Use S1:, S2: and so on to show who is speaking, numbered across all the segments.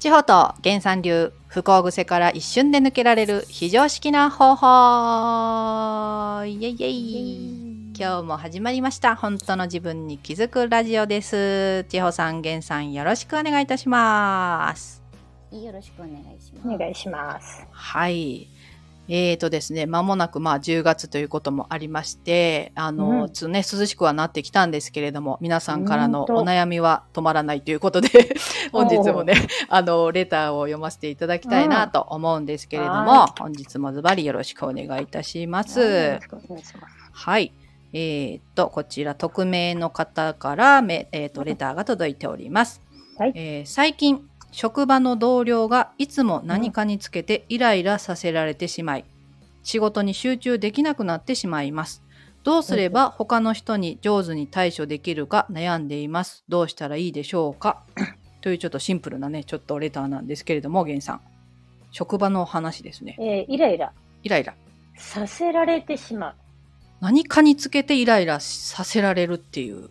S1: 地方と原産流不幸癖から一瞬で抜けられる非常識な方法イエイエイ今日も始まりました本当の自分に気づくラジオです地方さん原さんよろしくお願いいたします
S2: よろしくお願いします。
S3: お願いします。
S1: はい。えーとですね、間もなくまあ10月ということもありまして、あの、
S3: うん
S1: つね、涼しくはなってきたんですけれども、皆さんからの
S3: ほんと
S1: お悩みは止まらないという ことで、本日もね、あの、レターを読ませていただきたいなと思うんですけれど
S3: うん
S1: も、本日もズバリよろしくお願いいたしま
S3: よ
S1: す
S3: ろ。しくお願いします。
S1: はい。えーと、こちら、匿名の方からめ、えーと、レターが届いております。
S3: はい
S1: えー最近、職場の同僚がいつも何かにつけてイライラさせられてしまい、仕事に集中できなくなってしまいます。どうすれば他の人に上手に対処できるか悩んでいます。どうしたらいいでしょうか というちょっとシンプルなね、ちょっとレターなんですけれども、源さん。職場のお話ですね。
S3: えーイライラ
S1: イライラ。
S3: させられてしまう。
S1: 何かにつけてイライラさせられるっていう。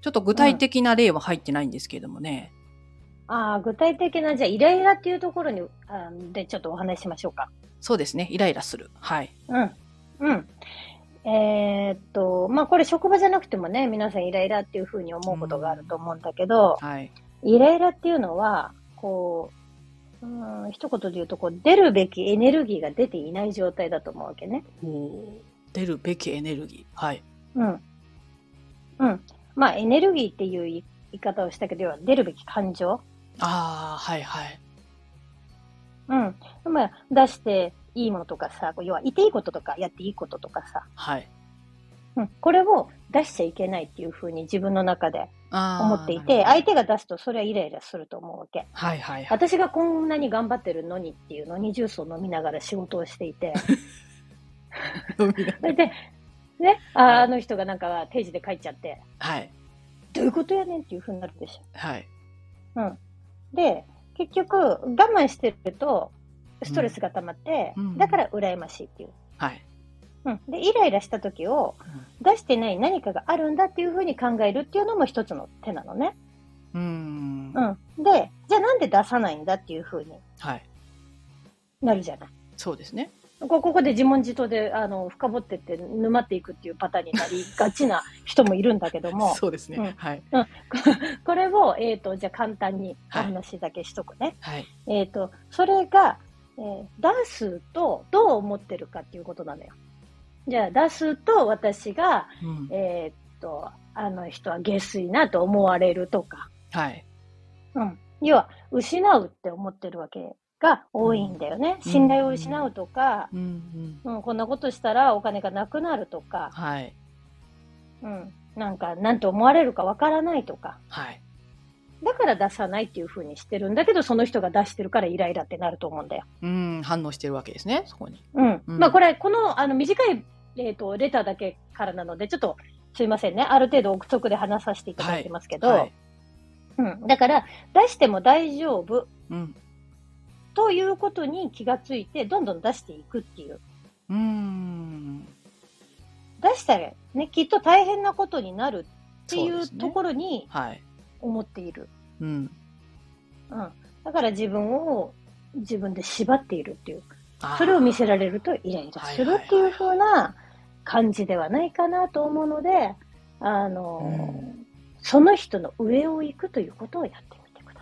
S1: ちょっと具体的な例は入ってないんですけれどもね。
S3: ああ、具体的な、じゃあ、イライラっていうところに、あーで、ちょっとお話ししましょうか。
S1: そうですね。イライラする。はい。
S3: うん。うん。えーっと、まあ、これ職場じゃなくてもね、皆さんイライラっていうふうに思うことがあると思うんだけど、
S1: はい。
S3: イライラっていうのは、こう、うーん、一言で言うと、こう、出るべきエネルギーが出ていない状態だと思うわけね。
S1: 出るべきエネルギー。はい。
S3: うん。うん。まあ、エネルギーっていう言い言い方をしたけど、要は出るべき感情。
S1: ああ、はいはい。
S3: うん。まあ、出していいものとかさ、こう要は、いていいこととか、やっていいこととかさ、
S1: はい。
S3: うん。これを出しちゃいけないっていうふうに自分の中で
S1: あー
S3: 思ってい
S1: な
S3: て、
S1: る
S3: 相手が出すとそれはイライラすると思うわけ。
S1: ほどはいはいはい。
S3: 私がこんなに頑張ってるのにっていうのにジュースを飲みながら仕事をして いて、それで、ね、あーあの人がなんか定時で帰っちゃって、
S1: はい。
S3: どういうことやねんっていうふうになるでしょ。
S1: はい。
S3: で、結局、我慢してると、ストレスが溜まって、
S1: うん
S3: だから羨ましいっていう。
S1: はい。
S3: うん。で、イライラした時を、出してない何かがあるんだっていうふうに考えるっていうのも一つの手なのね。
S1: うーん。
S3: うん。で、じゃあなんで出さないんだっていうふうに
S1: はい。
S3: なるじゃない。
S1: そうですね。
S3: こここで自問自答で、あの、深掘ってって、沼っていくっていうパターンになりがちな人もいるんだけど も、
S1: そうですね。
S3: うん
S1: はい。
S3: これを、えっ、と、じゃあ簡単にお
S1: はい
S3: 話だけしとくね。
S1: はい。
S3: えっ、と、それが、えー出すとどう思ってるかっていうことなのよ。じゃあ、出すと私が、
S1: うん。
S3: えっ、と、あの人は下水なと思われるとか、
S1: はい。
S3: うん。要は、失うって思ってるわけが多いんだよね。
S1: うん
S3: 信頼を失うとか、
S1: うんうん。
S3: うん、こんなことしたらお金がなくなるとか、
S1: はい。
S3: うん。なんか、なんて思われるかわからないとか。
S1: はい。
S3: だから出さないっていうふうにしてるんだけど、その人が出してるからイライラってなると思うんだよ。
S1: うん。反応してるわけですね。そこに。
S3: うん、
S1: うん
S3: まあこれ、このあの短い、えー、とレターだけからなので、ちょっとすいませんね、ある程度憶測で話させていただいてますけど、
S1: はい。
S3: うん、だから出しても大丈夫
S1: うん。
S3: ということに気がついて、どんどん出していくっていう、
S1: うーん。
S3: 出したら、ね、きっと大変なことになるってい
S1: そう
S3: う
S1: ですね
S3: ところに
S1: はい。
S3: 思っている。
S1: うん。
S3: うん、だから自分を自分で縛っているっていう、
S1: あー
S3: それを見せられるとイライラするっていう風な感じではないかなと思うので、あの、
S1: うん
S3: その人の上を行くということをやってみてくだ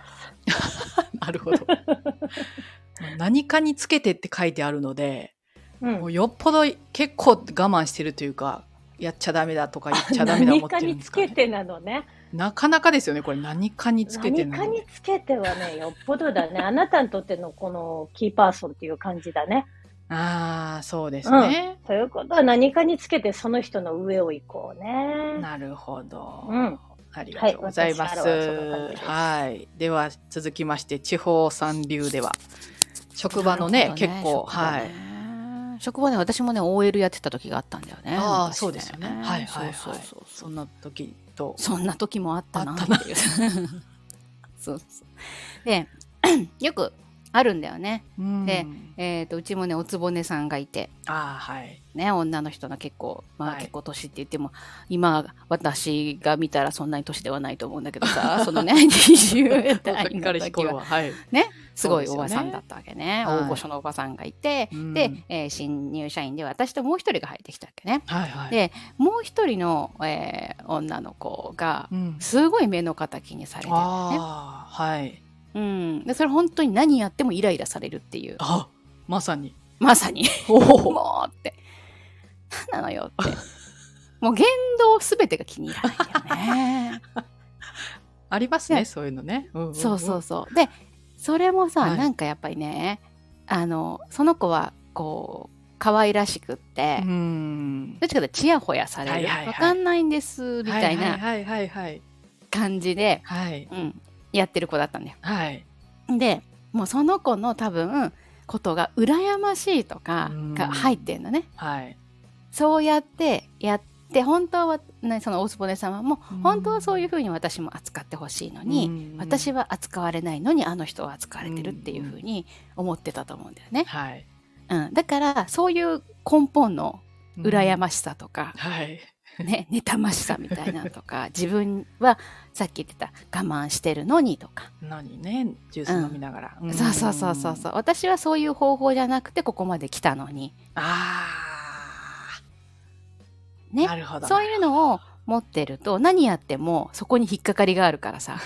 S3: さい。
S1: なるほど。何かにつけてって書いてあるので、
S3: う
S1: も
S3: ん
S1: うよっぽど結構我慢してるというか、やっちゃダメだとか言っちゃダメだ思
S3: 何
S1: って
S3: か
S1: るん
S3: に
S1: です
S3: つ
S1: か、
S3: け
S1: ね。
S3: てなのね。
S1: なかなかですよね、これ何かにつけて
S3: 何
S1: る
S3: か
S1: の
S3: につけてはね、よっぽどだね。あ なたにとってのこのキーパーソンっていう感じだね。
S1: ああ、そうですね。
S3: ということは何かにつけてその人の上を行こうね。
S1: なるほど。
S3: うん
S1: ありがとうございます。
S3: はい私からはそんな感じです
S1: はい。では続きまして、地方三流では、職場のね、結構、はい。
S2: い。職場ね、私もね、OL やってた時があったんだよね。
S1: ああ、
S2: 昔
S1: そうですよね。はいはいはい。
S2: そうそうそう
S1: そんな時と。
S2: そんな時 もあったな
S1: あっ
S2: ったて
S1: な
S2: いう。そうそう。で、よくあるんだよね。
S1: うん
S2: でえっ、と、うちもね、おつぼねさんがいて、
S1: ああはい
S2: ね、女の人の結構、ま
S1: は
S2: あ
S1: い
S2: 結構年って言っても、今、私が見たらそんなに年ではないと思うんだけど さ、そのね、20代の
S1: 彼氏
S2: 時
S1: 頃
S2: は、
S1: ははい
S2: すごい
S1: そ
S2: お
S1: うで
S2: ば
S1: すよね
S2: さんだったわけね。
S1: はい
S2: 大御所のおばさんがいて、
S1: うん
S2: で、えー新入社員で私ともう一人が入ってきたわけね。
S1: はいはい
S2: でもう一人の、えー女の子が、
S1: うん
S2: すごい目の敵にされてるね。
S1: ああはい
S2: うん。で、それ本当に何やってもイライラされるっていう。
S1: あまさに
S2: まさに。
S1: おお
S2: もうって。何なのよって。もう言動すべてが気に入らないんだよ ね。
S1: ありますね
S2: ね
S1: そういうのねんんん
S2: そうそうそう。で、それもさ、
S1: はい
S2: なんかやっぱりね、あの、その子は、こう、可愛らしくって、
S1: うん
S2: どっちかというとチヤホヤされる。
S1: はいはいはい
S2: わかんないんです、みたいな
S1: はいはいはい
S2: 感じで、
S1: はい
S2: うん、やってる子だったんだよ。
S1: はい
S2: で、もうその子の多分、ことが羨ましいとかが入ってんのね。
S1: はい
S2: そうやってやって本当は、ね、その大坪根様も
S1: うん
S2: 本当はそういうふうに私も扱ってほしいのに、私
S1: は
S2: は扱われないのにあの人は扱われてるっていうふうに思ってたと思うんだよね。
S1: はい
S2: うん、だからそういう根本の羨
S1: ま
S2: ましさとか、
S1: はい
S2: ね、妬ましさみたいなのと か自分はさっき言ってた我慢してるのにとか、
S1: 何ねジュース飲みながらん
S2: そうそうそうそうそう私はそういう方法じゃなくてここまで来たのに、
S1: ああ
S2: ね
S1: なるほど
S2: そういうのを持ってると何やってもそこに引っかかりがあるか らさ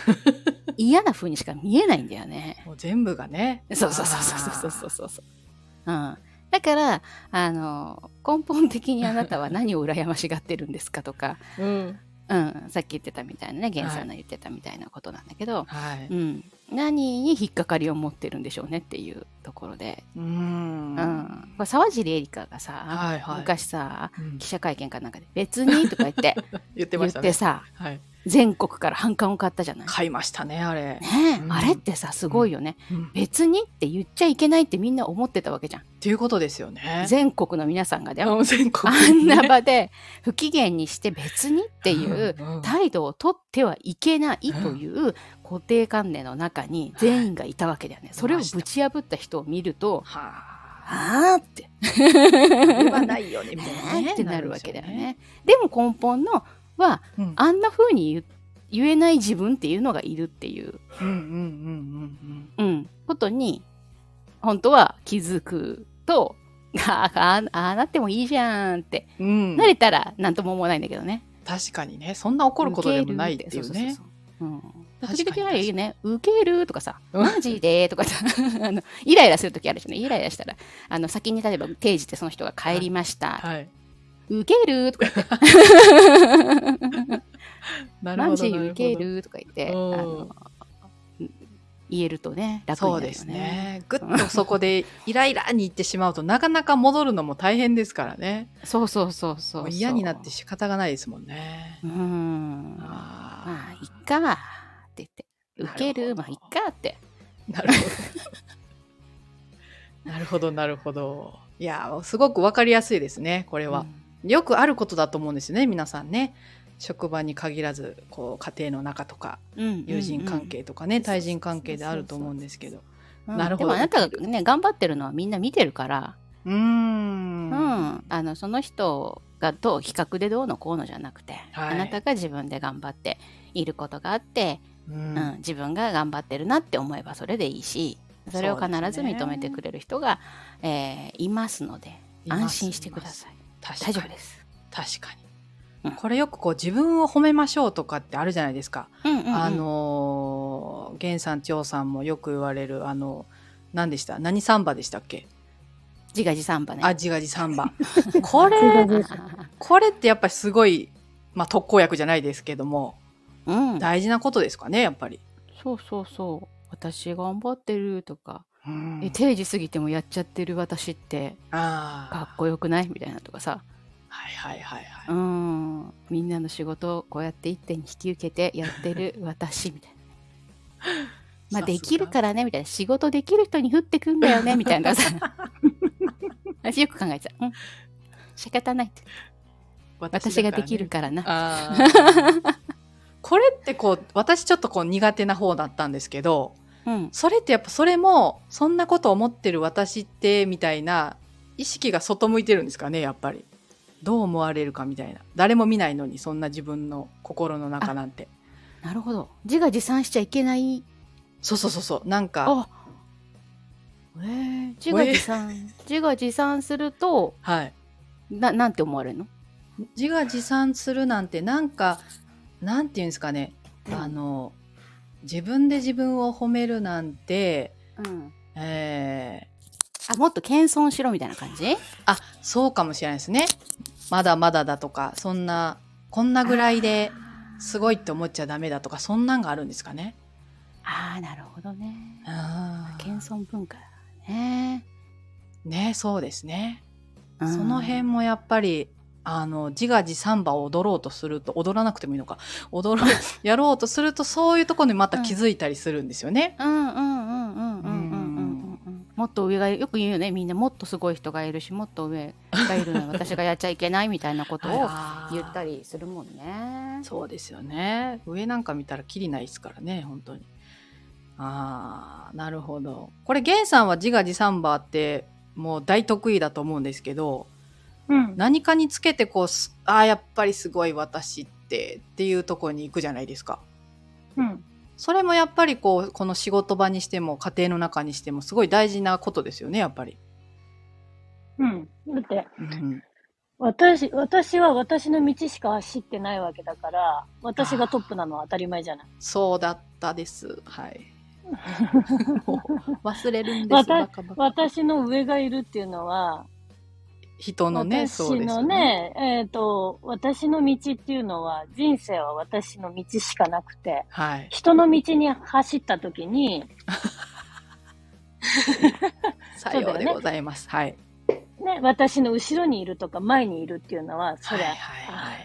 S2: 嫌な風にしか見えないんだよね。
S1: もう全部がね
S2: そうそうそうそうそうそうそうそう。うん、だからあの根本的にあなたは何を羨ましがってるんですかとか、
S1: ううん
S2: うん、さっき言ってたみたいなね源さんの言ってたみたいなことなんだけど、
S1: はい
S2: うん、何に引っかかりを持ってるんでしょうねっていうところで、
S1: う
S2: うん
S1: ん
S2: これ沢尻エリカがさ、
S1: はいはい
S2: 昔さ
S1: うん
S2: 記者会見かなんかで「別に」とか言って
S1: 言って
S2: 言
S1: ま
S2: っ
S1: した
S2: て
S1: ね
S2: さ
S1: はい
S2: 全国から反感を買ったじゃない。
S1: 買いましたねあれ
S2: ねえ、
S1: うん
S2: あれってさすごいよね、
S1: うん
S2: 別にって言っちゃいけないってみんな思ってたわけじゃん、
S1: っていうことですよね
S2: 全国の皆さんがだよ、
S1: あ全国
S2: あんな
S1: っ
S2: 場で不機嫌にして別にっていう態度を取ってはいけないという固定観念の中に全員がいたわけだよね、それをぶち破った人を見ると
S1: は
S2: あーって
S1: あ言わないよねみたいな
S2: ね
S1: ね
S2: ってなるわけだよね。でも根本のは
S1: うん
S2: あんな風に言う言えない自分っていうのがいるっていう、
S1: うんうんうんうんうん
S2: うん、ことに本当は気づくと あーあーあーなってもいいじゃんって、
S1: うん
S2: 慣れたら何とも思わないんだけどね。
S1: 確かにねそんな怒ることでもないっていうね
S2: そうそうそううん
S1: 確かに
S2: 時々あるよね、受けるとかさ、
S1: うん
S2: マジでとかさ あの、イライラするときあるじゃない、イライラしたら、あの先に例えば定時でその人が帰りました、
S1: はい
S2: 受けるとか言って、
S1: なる
S2: マ
S1: ほど
S2: ジ
S1: なる
S2: 受
S1: ほ
S2: け
S1: ど
S2: るとか言って、あ
S1: うん
S2: の言えるとね、楽に
S1: そ
S2: な
S1: う
S2: るよね。
S1: ですねぐっとそこでイライラに行ってしまうとなかなか戻るのも大変ですからね
S2: そうそうそうそう
S1: もう嫌になって仕方がないですもんね
S2: うん。まあ、
S1: あ
S2: いっかって言って、受ける
S1: なるほど
S2: まあ、いっかって。
S1: ーなるほど なるほどなるほどいやすごくわかりやすいですねこれは、よくあることだと思うんですよね皆さんね職場に限らずこう家庭の中とか
S2: うん
S1: 友人関、係とかね、
S2: うんうん
S1: 対人関係であると思うんですけど
S2: うん
S1: なるほど
S2: でもあなたがね頑張ってるのはみんな見てるから、
S1: うーん
S2: うんあのその人がと比較でどうのこうのじゃなくて、
S1: はい
S2: あなたが自分で頑張っていることがあって、
S1: う
S2: うんん自分が頑張ってるなって思えばそれでいいしそれを必ず
S1: そうですね
S2: 認めてくれる人が、えーいますので
S1: います
S2: 安心してください
S1: 確
S2: 大丈
S1: か
S2: 夫
S1: に
S2: です。
S1: 確か
S2: う
S1: に
S2: ん
S1: これよくこう自分を褒めましょうとかってあるじゃないですか、
S2: うんうんうん
S1: あのー源さん千代さんもよく言われるあの何でした何サンバでしたっけ、
S2: 自画自賛ばね。
S1: あじがじサンバこれ
S3: 自画自
S1: これってやっぱりすごい、まあ、特効薬じゃないですけども
S2: うん、
S1: 大事なことですかねやっぱり、
S2: そうそうそう私頑張ってるとか、
S1: うん
S2: え定時過ぎてもやっちゃってる私って
S1: あー
S2: かっこよくないみたいなとかさ
S1: はいはいはいは
S2: う
S1: い
S2: んみんなの仕事をこうやって一手に引き受けてやってる私みたいな。ま
S1: さ
S2: あ
S1: すが
S2: できるからねみたいな仕事できる人に降ってくんだ よねみたいなさ私よく考えてた、うん、仕方ないって私
S1: だ
S2: が
S1: からね
S2: できるからな
S1: あーこれってこう私ちょっとこう苦手な方だったんですけど
S2: うん
S1: それってやっぱそれもそんなこと思ってる私ってみたいな意識が外向いてるんですかねやっぱりどう思われるかみたいな誰も見ないのにそんな自分の心の中なんて
S2: なるほど自画自賛しちゃいけない
S1: そうそうそうそうなんか
S2: あえー、自画自賛自画自賛すると
S1: はい
S2: ななんて思われるの
S1: 自画自賛するなんてなんかなんていうんですかねあ、の自分で自分を褒めるなんて
S2: うん、
S1: えー
S2: あもっと謙遜しろみたいな感じ
S1: あそうかもしれないですねまだまだだとかそんなこんなぐらいですすごいって思っちゃダメだとかそんなんがあるんですかね
S2: あーあーなるほどね
S1: あー
S2: 謙遜文化だね、
S1: ねそうですね、
S2: うん
S1: その辺もやっぱりあの自画自賛馬を踊ろうとすると踊らなくてもいいのか踊 ろうやろうとするとそういうところにまた気づいたりするんですよね、
S2: うんうんうんうんうんうんうんうんうんもっと上がよく言うよねみんなもっとすごい人がいるしもっと上がいるのに私がやっちゃいけないみたいなことを
S1: あー
S2: 言ったりするもんね。
S1: そうですよね上なんか見たらきりないですからね本当にあーなるほどこれ源さんは自画自賛バーってもう大得意だと思うんですけど
S3: うん。
S1: 何かにつけてこうすあーやっぱりすごい私ってっていうところに行くじゃないですか
S3: うん。
S1: それもやっぱりこうこの仕事場にしても家庭の中にしてもすごい大事なことですよねやっぱり、
S3: うん。だって、
S1: うん、
S3: 私、私は私の道しか走ってないわけだから、私がトップなのは当たり前じゃない。
S1: そうだったですはい もう忘れるんです
S3: わた
S1: バカバカ
S3: 私の上がいるっていうのは、
S1: 人のね
S3: 私
S1: そうです
S3: の
S1: よ
S3: ね、えっ、と、私の道っていうのは、人生は私の道しかなくて、
S1: はい
S3: 人の道に走った時に、
S1: さ
S3: そうだ
S1: よ
S3: よ
S1: う
S3: ね
S1: でございます。はい。
S3: ね、私の後ろにいるとか前にいるっていうのは、それ、
S1: はいはいはい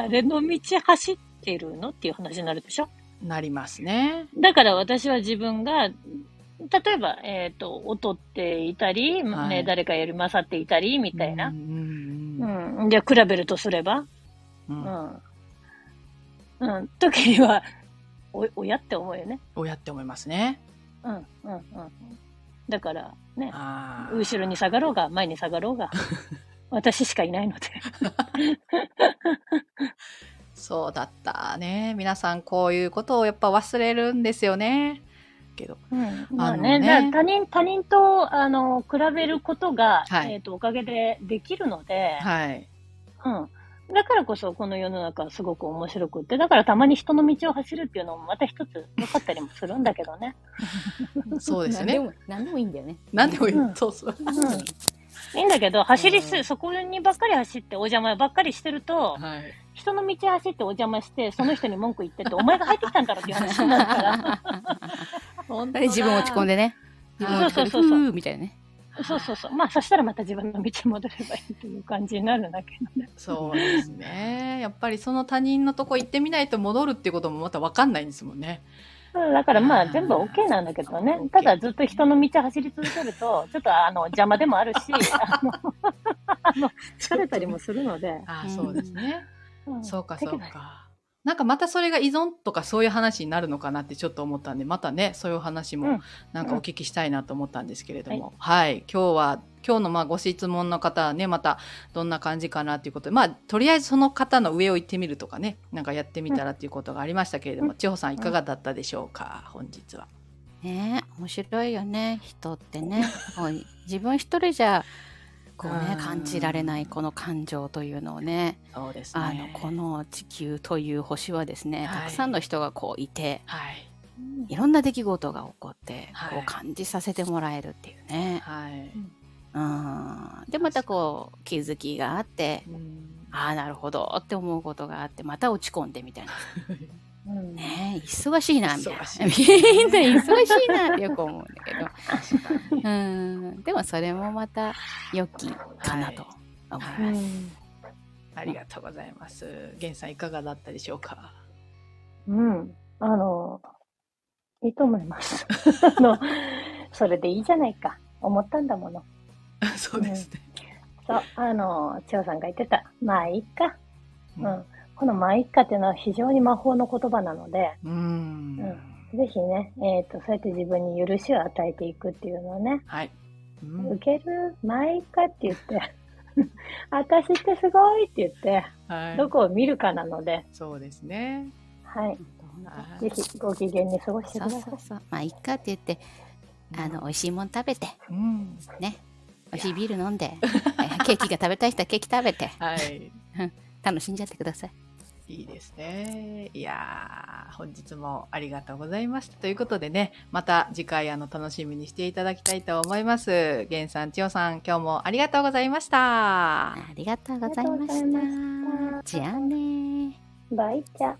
S1: はい。
S3: 誰の道走ってるのっていう話になるでしょ
S1: なりますね。
S3: だから私は自分が、例えば、えっ、と、劣っていたり、
S1: はい
S3: ね、誰かより勝っていたり、みたいな
S1: うん。
S3: う。
S1: うん
S3: じゃあ、比べるとすれば、
S1: ん
S3: う
S1: うん。
S3: ん。うん。時には、お、親って思うよね。
S1: 親って思いますね。
S3: うん、うん、うん。だから、ね、
S1: ああ。
S3: 後ろに下がろうが、前に下が ろうが、私しかいないので。
S1: そうだったね。皆さんこういうことをやっぱ忘れるんですよね。けど。
S3: うん、まあ
S1: あの
S3: ね、
S1: ね
S3: だから他人、他人と、あの、比べることが、
S1: はい
S3: えっ、と、おかげでできるので、
S1: はい。
S3: うん。だからこそ、この世の中はすごく面白くって、だからたまに人の道を走るっていうのもまた一つ良かったりもするんだけどね。
S1: そうですよ
S2: 何
S1: ね。
S2: でも何でもいいんだよね。
S1: なんでもいい
S3: うん。
S1: そうそう。
S3: うん。いいんだけど、走り
S2: う
S3: す、
S2: ん
S3: そこにばっかり走って、お邪魔ばっかりしてると、
S1: はい。
S3: 人の道走ってお邪魔して、その人に文句言ってって、お前が入ってきたんだろっていう話になる から。
S1: 本
S2: 自分落ち込ん
S1: で。
S2: でね。
S1: そう
S2: 自分落ち
S3: そうそ
S2: 込んで
S3: うそう
S2: ふーみたいなね。
S3: そうそうそう。まあ、そしたらまた自分の道に戻ればいいっていう感じになるんだけどね。
S1: そうですね。やっぱりその他人のとこ行ってみないと戻るってこともまた分かんないんですもんね。
S3: うんだからま
S1: あ
S3: あ
S1: ー
S3: 全部 OK なんだけどね
S1: そう。
S3: ただずっと人の道走り続ける と、ちょっとあの邪魔でもあるし、 あの、あの疲れたりもするので。
S1: ああ、そうですね。
S3: うん
S1: そうか
S3: だけ
S1: そ
S3: ど
S1: うか。なんかまたそれが依存とかそういう話になるのかなってちょっと思ったんでまたねそういう話
S3: う
S1: も
S3: ん
S1: なんかお聞きしたいなと思ったんですけれども、はい、今日は今日のまあご質問の方はねまたどんな感じかなということでまあとりあえずその方の上を行ってみるとかねなんかやってみたらということがありましたけれども、
S3: うん
S1: 千穂さんいかがだったでしょうか本日は。
S2: ね面白いよね人ってね。こう自分一人じゃこう
S1: う
S2: ね
S1: ん
S2: 感じられないこの感情というのをね
S1: そうですね。
S2: あのこの地球という星はです
S1: は
S2: ね、
S1: い
S2: たくさんの人がこういて
S1: はい
S2: いろんな出来事が起こって、
S1: はい
S2: こう感じさせてもらえるっていうね、
S1: はい。
S2: うん、でまたこう気づきがあって
S1: うん
S2: ああなるほどって思うことがあってまた落ち込んでみたいな
S3: うん
S2: ね忙しいなみたいな
S1: 忙し
S2: みんない忙しいなってよく思うんだけどうんでもそれもまた良きかなと思います。
S1: はいありがとうございます。源さんいかがだったでしょうか。
S3: うん。あの、いいと思い ます。あの、それでいいじゃないか。思ったんだもの。
S1: そうですね。
S3: そう、あの、千代さんが言ってた。まあいいか。う
S1: うん
S3: ん。このまあいいかっていうのは非常に魔法の言葉なので、
S1: うん
S3: うんぜひね、えっ、と、そうやって自分に許しを与えていくっていうのをね、
S1: はい。うん、
S3: 受ける前かって言って、 私ってすごいって言って、
S1: はい。
S3: どこを見るかなので、
S1: そうですね。
S3: はい。
S1: は
S3: ぜひご機嫌に過ごして
S2: そ
S3: くだ
S2: う
S3: さ
S2: そ。
S3: いう
S2: そうまあいっかって言ってあの美味しいもん食べて
S1: うん。
S2: ね美味しいビール飲んでケーキが食べたい人はケーキ食べて
S1: はい。
S2: 楽しんじゃってください
S1: いいですね。いやー、本日もありがとうございました。ということでね、また次回あの楽しみにしていただきたいと思います。げんさん、ちよさん、今日もありがとうございました
S2: あ。りがとうございま
S3: あ
S2: し
S3: りがとうござい
S2: たじゃあねー
S3: バイチャ。